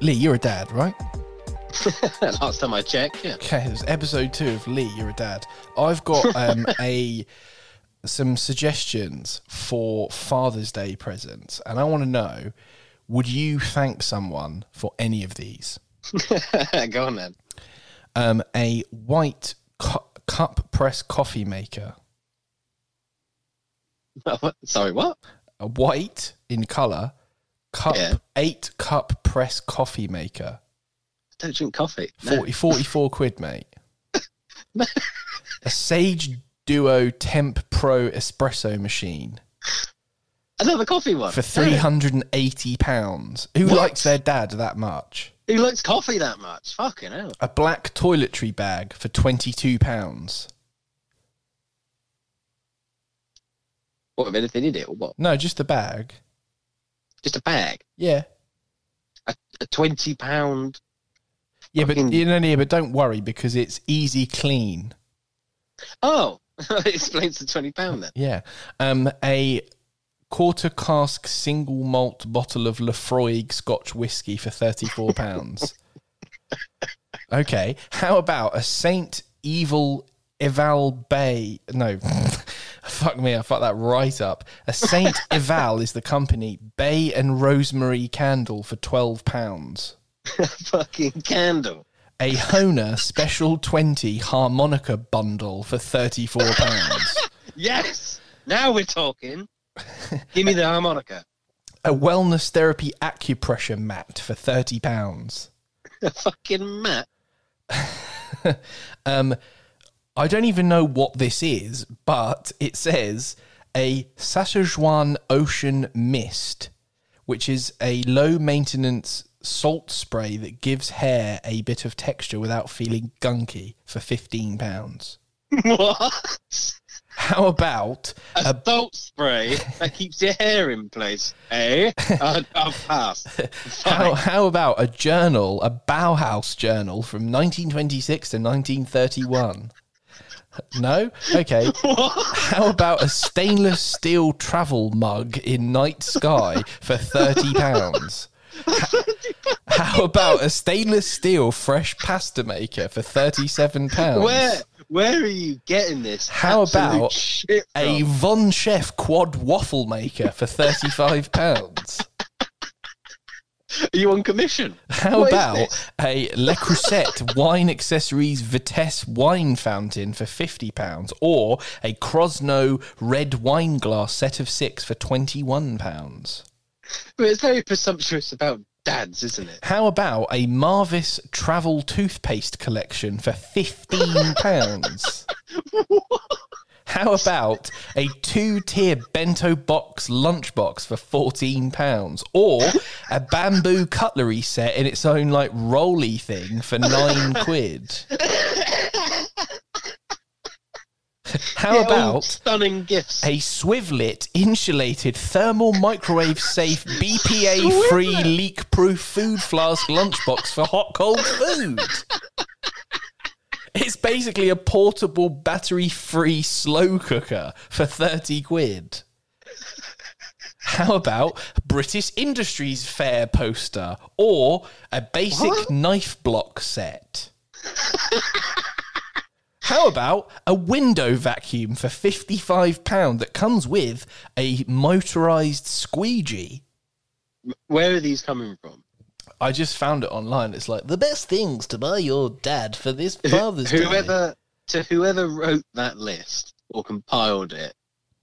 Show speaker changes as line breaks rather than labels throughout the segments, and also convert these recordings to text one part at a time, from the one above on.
Lee, you're a dad, right?
Last time I checked, yeah.
Okay, it was episode two of Lee, you're a dad. I've got um, a some suggestions for Father's Day presents, and I want to know: Would you thank someone for any of these?
Go on then.
Um, a white cu- cup press coffee maker,
Sorry, Oh, what?
a white in color cup
Yeah.
eight cup press coffee maker.
Don't drink coffee. No.
40, 44 quid, mate. a Sage Duo Temp Pro espresso machine
Another coffee one.
for
No.
three hundred and eighty pounds. Who
What?
likes their dad that much?
Who likes coffee that much? Fucking hell.
A black toiletry bag for twenty two pounds.
What, with anything in it or what?
No, just a bag.
Just a bag.
Yeah,
A £20.
yeah, but
Fucking-
you know, yeah, but don't worry because it's easy clean.
Oh, it explains the £20 then.
Yeah, um, a quarter cask single malt bottle of Lefroy Scotch whiskey for thirty four pounds. okay, how about a Saint Evil Eval Bay? No, fuck me, I fucked that right up. A Saint Eval is the company Bay and Rosemary candle for twelve pounds.
Fucking candle.
A Hona Special Twenty harmonica bundle for thirty four pounds.
Yes. Now we're talking. Give me the harmonica.
a wellness therapy acupressure mat for thirty pounds.
Fucking Matt.
Um, I don't even know what this is, but it says a Saskatchewan Ocean Mist, which is a low maintenance salt spray that gives hair a bit of texture without feeling gunky for fifteen pounds.
What?
How about
A salt spray that keeps your hair in place, eh? I'll, I'll pass.
How, how about a journal, a Bauhaus journal from 1926 to 1931? No? Okay.
What?
How about a stainless steel travel mug in night sky for £30? How about a stainless steel fresh pasta maker for £37?
Where where are you getting this?
How
absolute
about
shit
A
from?
Von Chef quad waffle maker for £35.
Are you on commission?
How
What is this?
about a Le Creuset wine accessories Vitesse wine fountain for fifty pounds, or a Crosno red wine glass set of six for twenty one pounds?
But it's very presumptuous about dads, isn't it?
How about a Marvis travel toothpaste collection for fifteen pounds? How about a two tier bento box lunchbox for £14 or a bamboo cutlery set in its own like roly thing for nine quid? How
Get all
about
stunning gifts?
a Swivlet insulated thermal microwave safe BPA free
Swivlet?
leak proof food flask lunchbox for hot cold food? It's basically a portable battery free slow cooker for 30 quid. How about British Industries Fair poster or a basic
What?
knife block set? How about a window vacuum for £55 that comes with a motorized squeegee?
Where are these coming from?
I just found it online. It's like the best things to buy your dad for this Father's Day.
whoever to whoever wrote that list or compiled it,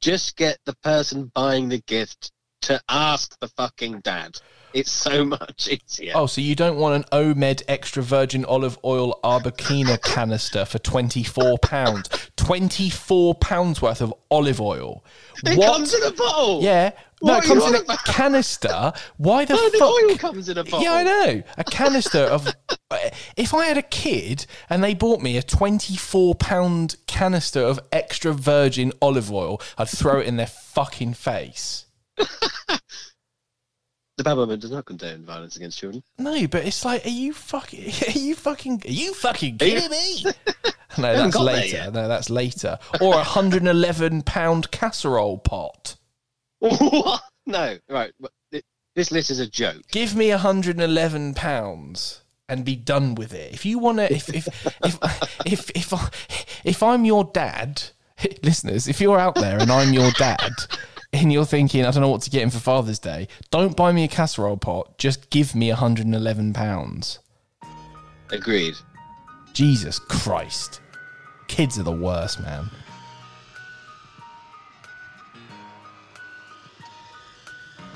just get the person buying the gift to ask the fucking dad. It's so much easier.
Oh, so you don't want an Omed extra virgin olive oil arbequina canister for twenty-four pounds. Twenty-four pounds worth of olive oil.
it comes in a bottle.
yeah. No,
What
it
are you
comes in
on
a
about?
canister. Why the
No, the
fuck?
oil comes in a bottle.
Yeah, I know. A canister of. If I had a kid and they bought me a 24 pound canister of extra virgin olive oil, I'd throw it in their fucking face.
The Babylon does not condone violence against children.
No, but it's like, are you fucking, are you fucking, are you fucking kidding me? No,
haven't
that's
got there
later.
yet.
No, that's later. Or a hundred and eleven pound casserole pot.
What? No, right. but it- This list is a joke.
give me 111 pounds and be done with it if you want to if if if if if, I, if i'm your dad listeners if you're out there and i'm your dad and you're thinking i don't know what to get him for father's day don't buy me a casserole pot just give me 111 pounds
Agreed.
jesus christ kids are the worst man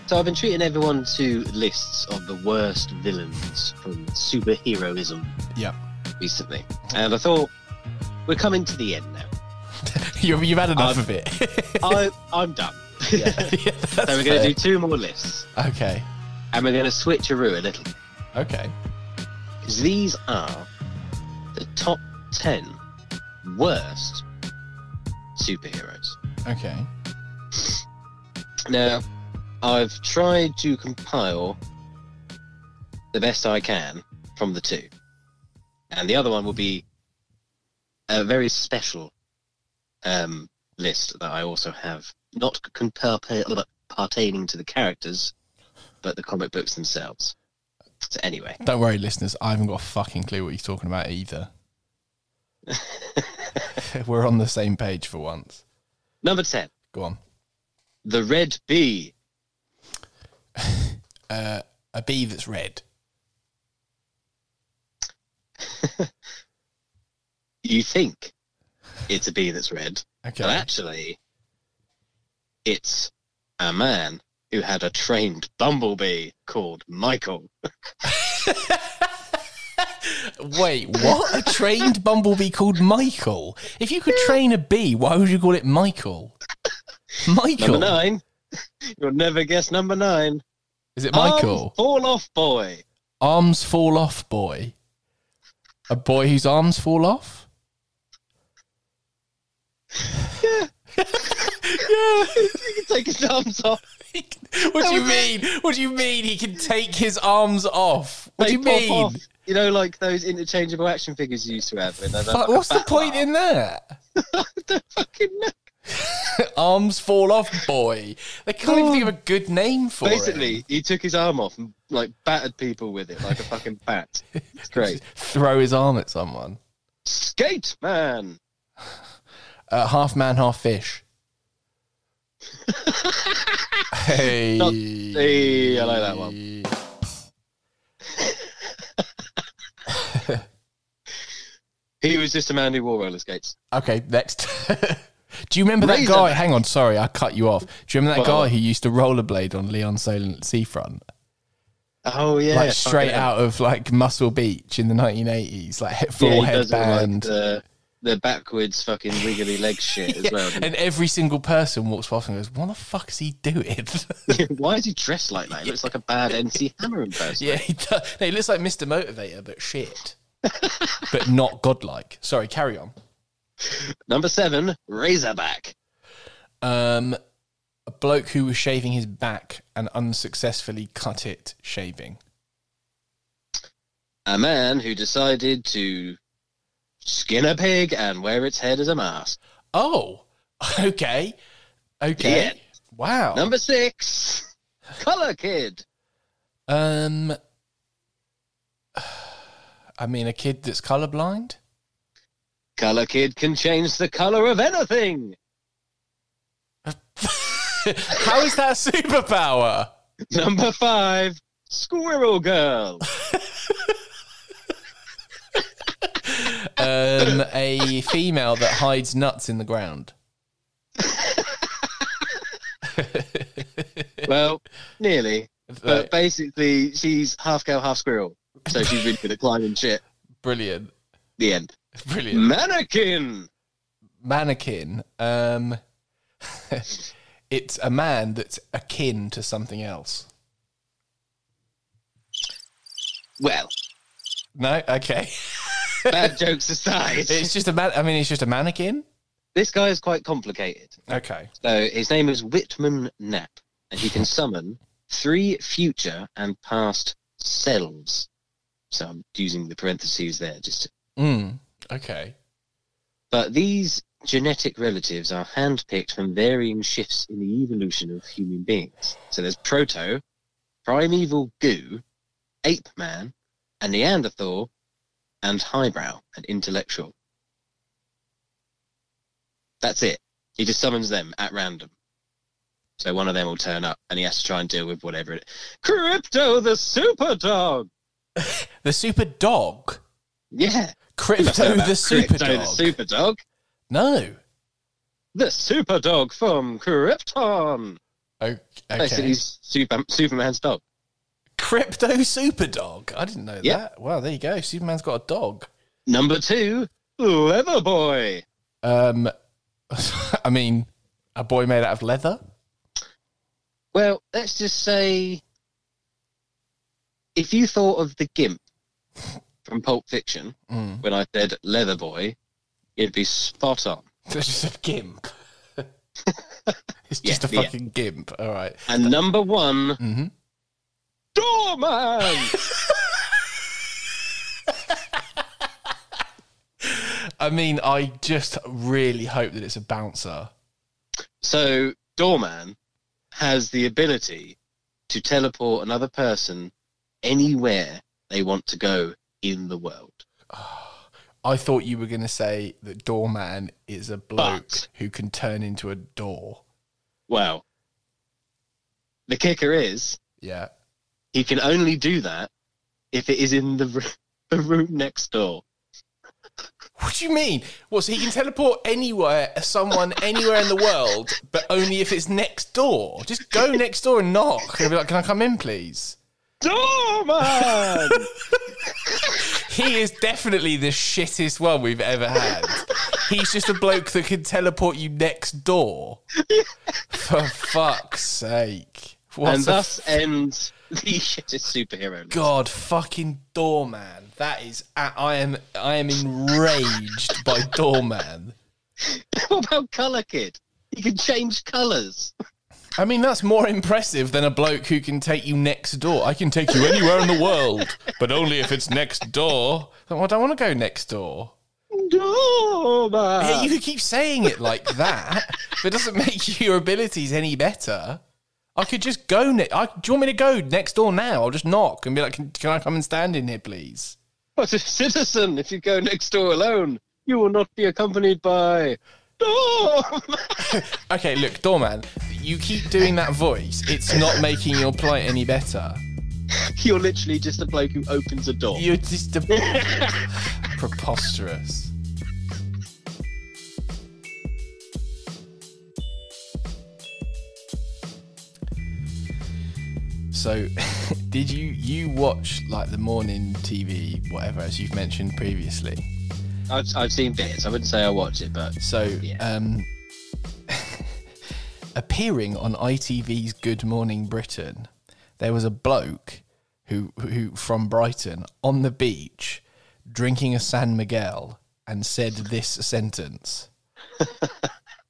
So I've been treating everyone to lists of the worst villains from superheroism
yep
recently. And I thought, we're coming to the end now.
you've, you've had enough
Um,
of it
I, I'm done.
Yeah, that's
so we're going to
fair.
do two more lists.
okay
And we're going to switcheroo a little.
okay
Because these are the top 10 worst superheroes.
okay
Now, I've tried to compile the best I can from the two. And the other one will be a very special um, list that I also have, not con- perpa- pertaining to the characters, but the comic books themselves. So, anyway,
don't worry listeners i haven't got a fucking clue what you're talking about either we're on the same page for once
number 10,
Go on.
the Red Bee.
Uh, a bee that's red.
You think it's a bee that's red,
Okay.
but actually, it's a man who had a trained bumblebee called Michael.
Wait, what? A trained bumblebee called Michael? If you could train a bee, why would you call it Michael? Michael.
Number nine. You'll never guess number nine.
Is it Michael?
Arms fall off boy.
Arms fall off boy. A boy whose arms fall off? Yeah.
He can take his arms off.
What do you
was
mean? What do you mean he can take his arms off? What do
they
you
pop
mean?
off. You know, like those interchangeable action figures you used to have. In
Fuck, what's the point in that?
fucking know.
Arms fall off, boy. They can't even think of a good name for
Basically,
it.
he took his arm off and like battered people with it like a fucking bat. It's great.
throw his arm at someone.
Skate man.
Uh, half man, half fish. hey.
Not- Hey, I like that one. He was just a man who wore roller skates.
Okay, next. Do you remember that
Razor.
guy? Hang on, sorry, I cut you off. Do you remember that
Well-
guy who used to rollerblade on Leon Solent Seafront?
Oh yeah,
like straight
fucking hell.
out of like Muscle Beach in the 1980s, like he- full
Yeah, he does all, like, uh,
headband.
the, the backwards fucking wiggly leg shit as well.
And every single person walks past and goes, What the fuck is he doing?
Why is he dressed like that? He looks like a bad MC Hammer impersonator.
yeah, he does. No, he looks like Mr. Motivator, but shit. but not godlike. Sorry, carry on.
Number seven, Razorback.
Um, a bloke who was shaving his back and unsuccessfully cut it shaving.
A man who decided to skin a pig and wear its head as a mask.
Oh, okay. Okay.
Yeah.
Wow.
Number six, Color Kid.
um, I mean, a kid that's colorblind?
Color Kid can change the color of anything.
How is that a superpower?
Number five, Squirrel Girl.
Um, a female that hides nuts in the ground.
well, nearly. But basically, she's half cow, half squirrel. So she's really good at climbing shit.
Brilliant.
The end.
Brilliant.
Mannequin.
mannequin. Um, it's a man that's akin to something else.
Well,
No, okay.
bad jokes aside,
It's just a man. I mean, it's just a mannequin.
this guy is quite complicated.
Okay.
So his name is Whitman Knapp, and he can summon three future and past selves. So I'm using the parentheses there. Just, to-
Mm, okay.
but these genetic relatives are handpicked from varying shifts in the evolution of human beings. So there's proto, Primeval Goo, Ape Man, a Neanderthal, and Highbrow, an intellectual. That's it. He just summons them at random. So one of them will turn up and he has to try and deal with whatever it Crypto the Super Dog!
The super dog.
Yeah. You must know
Crypto
about
the super
Crypto the
dog.
Super Dog.
no.
The Super Dog from Krypton.
O-
Basically,
Okay.
super, Superman's dog.
Crypto super dog. I didn't know
Yeah.
that. Wow, there you go. Superman's got a dog.
Number two, Leather Boy.
Um, I mean, a boy made out of leather.
Well, let's just say if you thought of the Gimp from Pulp Fiction
Mm.
when I said Leather Boy, you'd be spot on.
It's just a gimp. it's
Yeah,
just a
yeah.
fucking gimp. All right.
And number one,
Mm-hmm.
Doorman.
I mean, I just really hope that it's a bouncer.
so, Doorman has the ability to teleport another person anywhere they want to go in the world.
I thought you were going to say that doorman is a bloke
But-
who can turn into a door.
Well, the kicker is
Yeah.
he can only do that if it is in the, r- the room next door.
What do you mean? What, so he can teleport anywhere, someone anywhere in the world, but only if it's next door. Just go next door and knock. And be like, can I come in, please?
Doorman!
He is definitely the shittest one we've ever had. He's just a bloke that can teleport you next door. For fuck's sake. What
and
the
thus ends the shittest superhero. list.
God fucking doorman. That is I I am I am enraged by doorman.
what about Color Kid? He can change colours.
I mean, that's more impressive than a bloke who can take you next door. I can take you anywhere in the world, but only if it's next door. Well, I don't want to go next door.
Doorman!
Yeah, you could keep saying it like that, but it doesn't make your abilities any better. I could just go. Ne- I, do you want me to go next door now? I'll just knock and be like, "Can, can I come and stand in here, please?"
But a citizen, if you go next door alone, you will not be accompanied by Doorman!
Okay, look, doorman, you keep doing that voice. It's not making your plight any better.
You're literally just a bloke who opens a door.
You're just a preposterous. So, did you you watch like the morning TV, whatever, as you've mentioned previously?
I've, I've seen bits. I wouldn't say I watch it, but
So,
Yeah.
um, appearing on ITV's Good Morning Britain, there was a bloke who, who from Brighton on the beach drinking a San Miguel and said this sentence.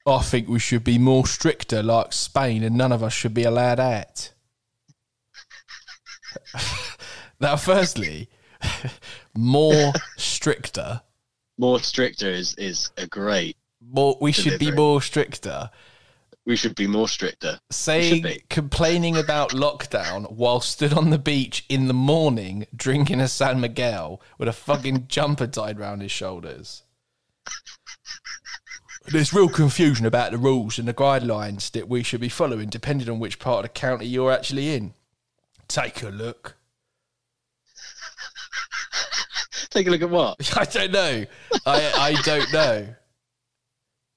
I think we should be more stricter like Spain and none of us should be allowed out. now, firstly, more stricter
more stricter is, is a great.
more we should be
Delivery.
more stricter
We should be more stricter.
saying
be.
complaining about lockdown while stood on the beach in the morning drinking a san miguel with a fucking jumper tied round his shoulders there's real confusion about the rules and the guidelines that we should be following depending on which part of the county you're actually in take a look
Take a look at what?
I don't know. I I don't know.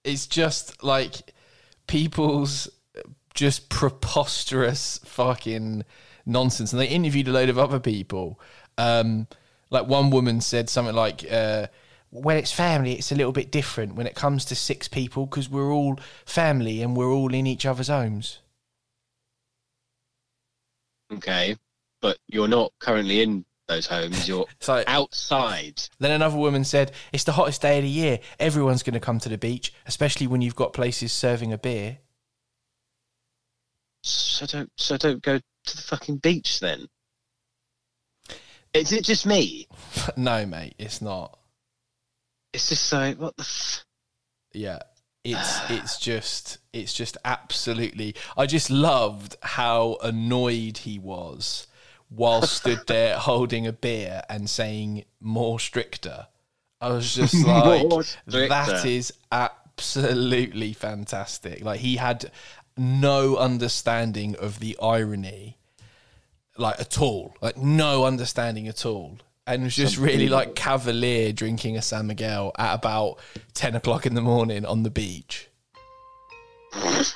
It's just like people's just preposterous fucking nonsense. And they interviewed a load of other people. Um, like one woman said something like, uh, "When it's family, it's a little bit different. When it comes to six people, because we're all family and we're all in each other's homes."
Okay, but you're not currently in those homes. You're
It's like
outside.
Then another woman said, "It's the hottest day of the year. Everyone's going to come to the beach, especially when you've got places serving a beer."
So don't, so don't go to the fucking beach then. Is it just me?
no, mate, it's not.
It's just like what the. F-
Yeah. it's it's just it's just absolutely i just loved how annoyed he was while stood there holding a beer and saying more stricter i was just like
More stricter.
that is absolutely fantastic like he had no understanding of the irony like at all like no understanding at all and was just really like cavalier drinking a san miguel at about 10 o'clock in the morning on the beach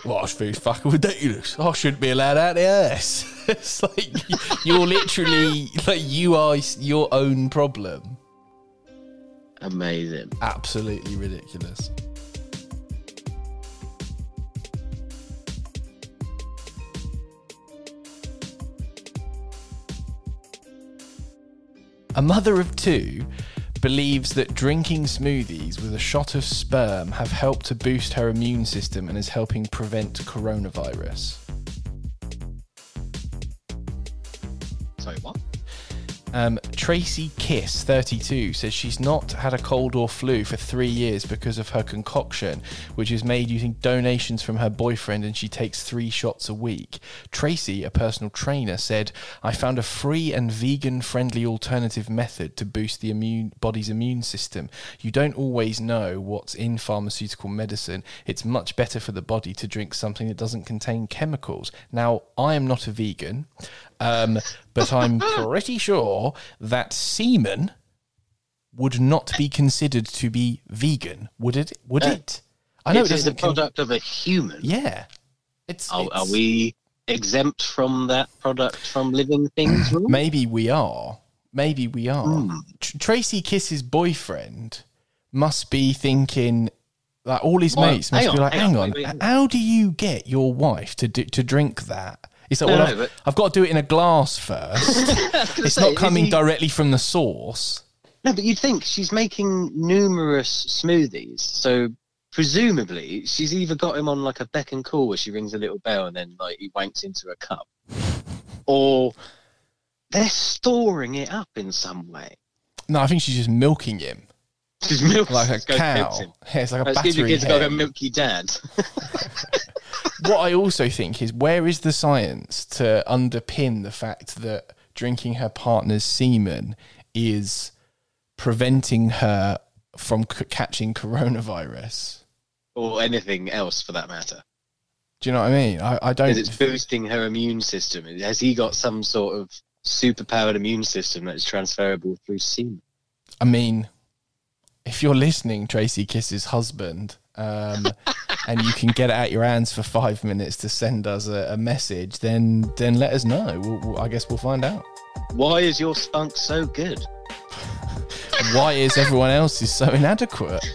well, this food's fucking ridiculous. I shouldn't be allowed out there. It's like you're literally like you are your own problem.
Amazing.
Absolutely ridiculous. A mother of two believes that drinking smoothies with a shot of sperm have helped to boost her immune system and is helping prevent coronavirus.
Sorry, what?
Um, Tracy Kiss, 32, says she's not had a cold or flu for three years because of her concoction, which is made using donations from her boyfriend, and she takes three shots a week. Tracy, a personal trainer, said, I found a free and vegan friendly alternative method to boost the immune body's immune system. You don't always know what's in pharmaceutical medicine. It's much better for the body to drink something that doesn't contain chemicals. Now, I am not a vegan. Um, but I'm pretty sure that semen would not be considered to be vegan, would it? Would
No.
it? I know it
it is Uh, the
doesn't. con-
product of a human.
yeah, it's,
Are, are
it's-
we exempt from that product from living things? rule?
Maybe we are. Maybe we are.
Hmm.
Tr- Tracy Kiss's boyfriend must be thinking. Like all his
Well,
mates must
hang
be
on,
like, hang,
hang on,
on,
wait, wait, hang
how do you get your wife to do, to drink that? It's like,
No,
well,
no,
I've,
but-
I've got to do it in a glass first.
I was gonna
it's
say,
not
is
coming
he-
directly from the source.
No, but you'd think she's making numerous smoothies, so presumably she's either got him on like a beck and call where she rings a little bell and then like he wanks into a cup, or they're storing it up in some way.
No, I think she's just milking him
She's milking
like
let's
a
go milk
cow.
him.
Yeah, it's like a
Let's give your
battery.
kids a go
hen.
milky dad.
What I also think is, where is the science to underpin the fact that drinking her partner's semen is preventing her from c- catching coronavirus?
or anything else for that matter.
Do you know what I mean? I, I don't.
Because it's boosting her immune system. Has he got some sort of superpowered immune system that is transferable through semen?
I mean, if you're listening, Tracy Kiss's husband, um, and you can get it out your hands for five minutes to send us a, a message, then then let us know. We'll, we'll, I guess we'll find out.
Why is your spunk so good?
Why is everyone else is so inadequate?